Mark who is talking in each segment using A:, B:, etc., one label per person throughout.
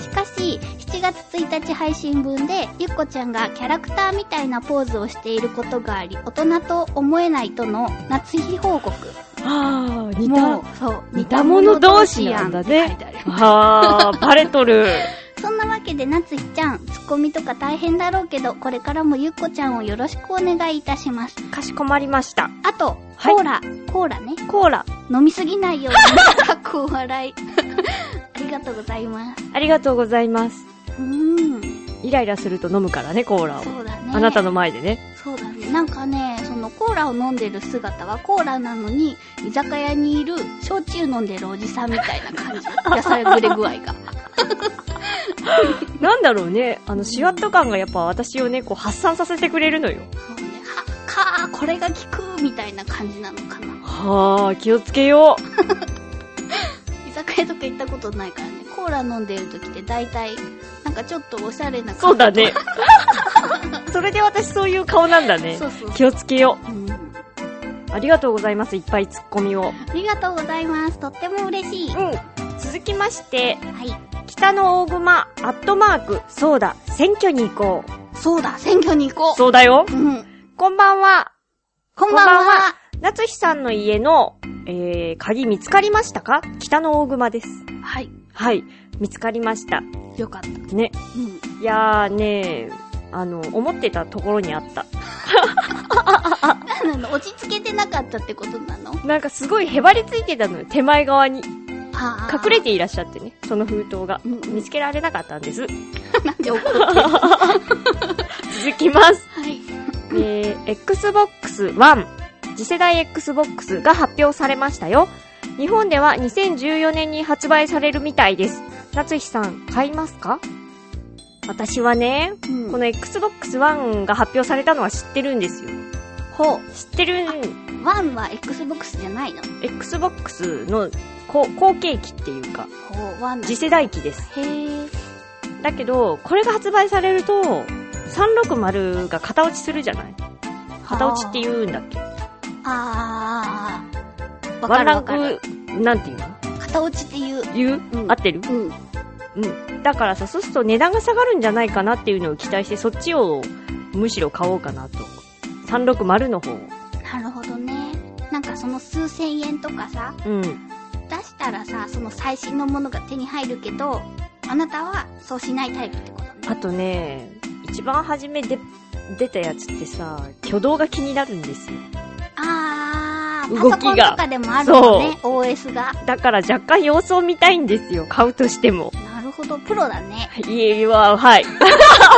A: しかし、7月1日配信分で、ゆっこちゃんがキャラクターみたいなポーズをしていることがあり、大人と思えないとの夏日報告。
B: ああ似
A: も
B: た
A: う、そう、
B: 似た者同士なんだね
A: 似た者同士やんって書いてあります
B: ああバレとる
A: そんなわけで、なつひちゃん、ツッコミとか大変だろうけど、これからもゆっこちゃんをよろしくお願いいたします。
B: かしこまりました
A: あと、
B: はい
A: コーラ、コーラね。
B: コーラ
A: 飲みすぎないように、かっ こ笑い。ありがとうございます。
B: ありがとうございます。
A: うーん、
B: イライラすると飲むからね、コーラを。
A: そうだね。
B: あなたの前でね。
A: そうだね。なんかね、そのコーラを飲んでる姿はコーラなのに、居酒屋にいる焼酎飲んでるおじさんみたいな 感じ。野菜ぐれ具合が。
B: なんだろうね、あの、シュワッと感がやっぱ私をね、こう発散させてくれるのよ。
A: そうね、は、かー、これが効くみたいな感じなのかな。
B: はあ、気をつけよう。
A: 居酒屋とか行ったことないからねコーラ飲んでる時って大体なんかちょっとおしゃれな
B: そうだ
A: 感
B: ね。それで私そういう顔なんだ
A: じ
B: ね
A: そ。うそう
B: 気をつけよ
A: うん
B: う。ありがとうございます、いっぱいツッコミを。
A: ありがとうございますとっても嬉しい、
B: うん。続きまして、
A: はい
B: 北の大熊、アットマーク、そうだ、選挙に行こう。
A: そうだ選挙に行こう
B: そうだよ。
A: う、ん、
B: こんばんは。
A: こんばんは
B: こんばん夏日さんの家の、えー、鍵見つかりましたか北の大熊です。
A: はい
B: はい、見つかりました。
A: よかった
B: ね。
A: うん
B: いやーねあの、思ってたところにあった。
A: なの落ち着けてなかったってことなの
B: なんかすごいへばりついてたのよ、手前側に。
A: あー
B: 隠れていらっしゃってね、その封筒が。
A: うんうん
B: 見つけられなかったんです。続
A: なんで怒ってるは
B: きます。
A: い。
B: えー、Xbox One、次世代 Xbox が発表されましたよ。日本では2014年に発売されるみたいです。夏日さん、買いますか私はね、
A: うん
B: この Xbox One が発表されたのは知ってるんですよ。ほう。知ってるん、
A: ワンは Xbox じゃないの
B: Xbox の後後継機っていうか、
A: ほう、ワン
B: 次世代機です。
A: へー。
B: だけど、これが発売されると、360が型落ちするじゃない型落ちって
A: う。
B: 言うんだっけ
A: あーあーあー。わ
B: ワ
A: か
B: ン
A: る
B: ラ
A: わ
B: ン
A: かる。
B: ク、なんていうの
A: 片落ちって言う。
B: 言う、
A: うん
B: 合ってる
A: うん。
B: うん。だからさ、そうすると値段が下がるんじゃないかなっていうのを期待して、そっちをむしろ買おうかなと。360の方を。
A: なるほどね。なんかその数千円とかさ、
B: うん。
A: 出したらさ、その最新のものが手に入るけど、あなたはそうしないタイプってことね。
B: あとね、一番初めで出たやつってさ、挙動が気になるんですよ。
A: あー、
B: 動き
A: パソコ
B: が
A: ンとかでもあるのね、OS が。
B: だから若干様子を見たいんですよ、買うとしても。
A: なるほど、プロだね。
B: いえ、は、はい。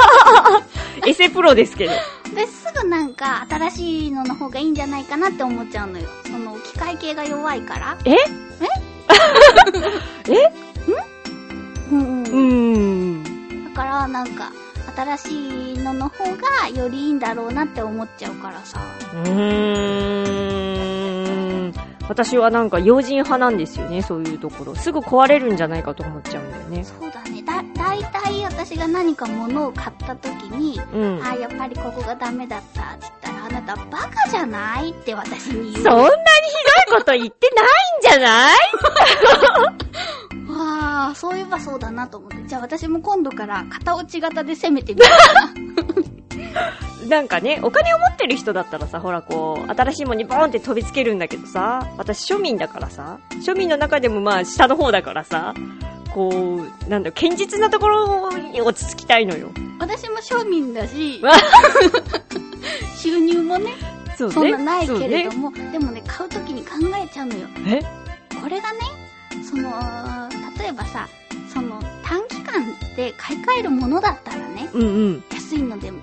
B: エセプロですけど。
A: ですぐなんか新しいのの方がいいんじゃないかなって思っちゃうのよ。その機械系が弱いから。
B: え
A: ええんうん
B: う
A: うん。
B: ーん。
A: だからなんか新しいのの方がよりいいんだろうなって思っちゃうからさ。
B: うーん私はなんか用心派なんですよね、そういうところ。すぐ壊れるんじゃないかと思っちゃうんだよね。
A: そうだね。だ、だいたい私が何か物を買った時に、
B: うん。
A: あーやっぱりここがダメだったって言ったら、あなたバカじゃないって私に言う。
B: そんなにひどいこと言ってないんじゃない
A: わあ、そういえばそうだなと思って。じゃあ私も今度から片落ち型で攻め てみる。
B: なんかね、お金を持ってる人だったらさ、ほらこう、新しいものにボーンって飛びつけるんだけどさ、私庶民だからさ、庶民の中でもまあ下の方だからさ、こう、なんだろう、堅実なところに落ち着きたいのよ。
A: 私も庶民だ し
B: わ、
A: 収入もね、
B: そうね。
A: そんなないけれど
B: そ
A: も、でもね、買うときに考えちゃうのよ。
B: うね
A: これがね、その、例えばさ、その短期間で買い替えるものだったらね、
B: えうんうん。
A: 安いのでも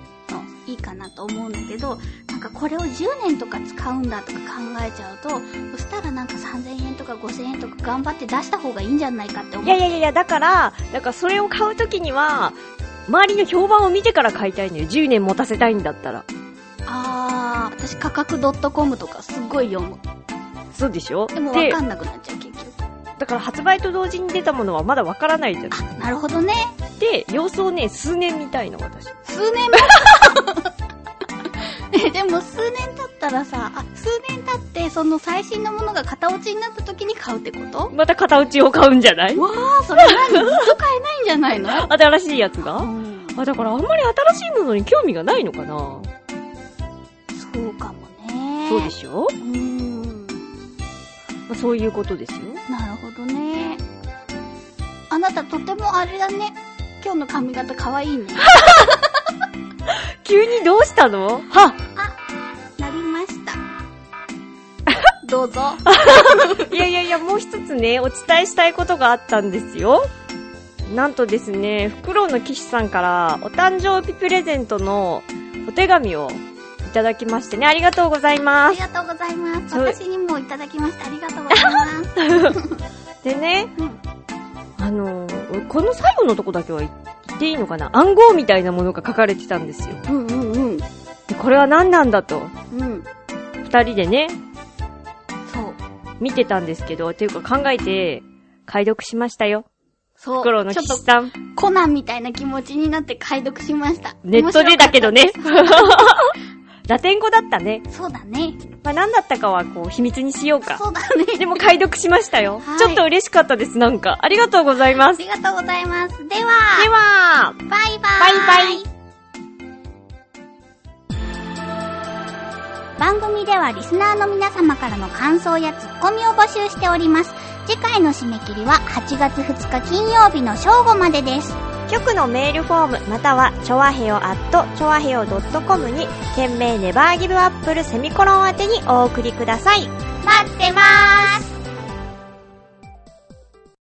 A: いいかなと思うんだけど、なんかこれを10年とか使うんだとか考えちゃうと、そしたらなんか3000円とか5000円とか頑張って出した方がいいんじゃないかって思う。
B: いやいやいやいや、だから、なんかそれを買うときには、周りの評判を見てから買いたいのよ。10年持たせたいんだったら。
A: あー、私価格 .com とかすっごい読む。
B: そうでしょ
A: でもわかんなくなっちゃう結局。
B: だから発売と同時に出たものはまだわからないじゃん。
A: あ、なるほどね。
B: で、様子をね、数年見たいの、私。
A: 数年も えでも数年経ったらさあ数年経ってその最新のものが型落ちになった時に買うってこと
B: また片打ちを買うんじゃない
A: わあそれ何ずっと買えないんじゃないの、
B: 新しいやつが
A: うん、
B: あ、だからあんまり新しいものに興味がないのかな、
A: そうかもね
B: そうでしょ、
A: うーん
B: まあ、そういうことですよ。
A: なるほどねあなたとてもあれだね今日の髪型かわいい ね
B: 急にどうしたのは
A: なりました どうぞ
B: いやいやいや、もう一つね、お伝えしたいことがあったんですよ。なんとですね、フクロウの騎士さんから、お誕生日プレゼントのお手紙をいただきましてね、ありがとうござい
A: あ
B: ま
A: り
B: す。
A: がとうございます
B: そう
A: 私にもいただきましたありがとうございます
B: でね、
A: うん
B: あのーこの最後のとこだけは言っていいのかな暗号みたいなものが書かれてたんですよ。
A: うんうん
B: でこれは何なんだと、
A: うんうん
B: 二人でね、
A: そう。
B: 見てたんですけど、ていうか考えて、解読しましたよ。
A: そう。
B: フクロウの
A: ちょ
B: 騎
A: っ
B: 士
A: と
B: さん。
A: コナンみたいな気持ちになって解読しました。
B: ネットでだけどね
A: 面白かっ。
B: ラテン語だったね。
A: た。そうだね。
B: まあ、何だったかはこう秘密にしようか。
A: そうだね。
B: でも解読しましたよ、
A: はい
B: ちょっと嬉しかったです、なんか。ありがとうございま
A: あ
B: す。で
A: りがとうございます。では、
B: は、
A: バイバ
B: バイバ
A: イ
B: イ。
A: 番組ではリスナーの皆様からの感想やツッコミを募集しております。次回の締め切りは8月2日金曜日の正午までです。
B: 局のメールフォームまたはチョアヘヨアットチョアヘヨ .com に件名ネバーギブアップルセミコロン宛てにお送りください
A: 待ってま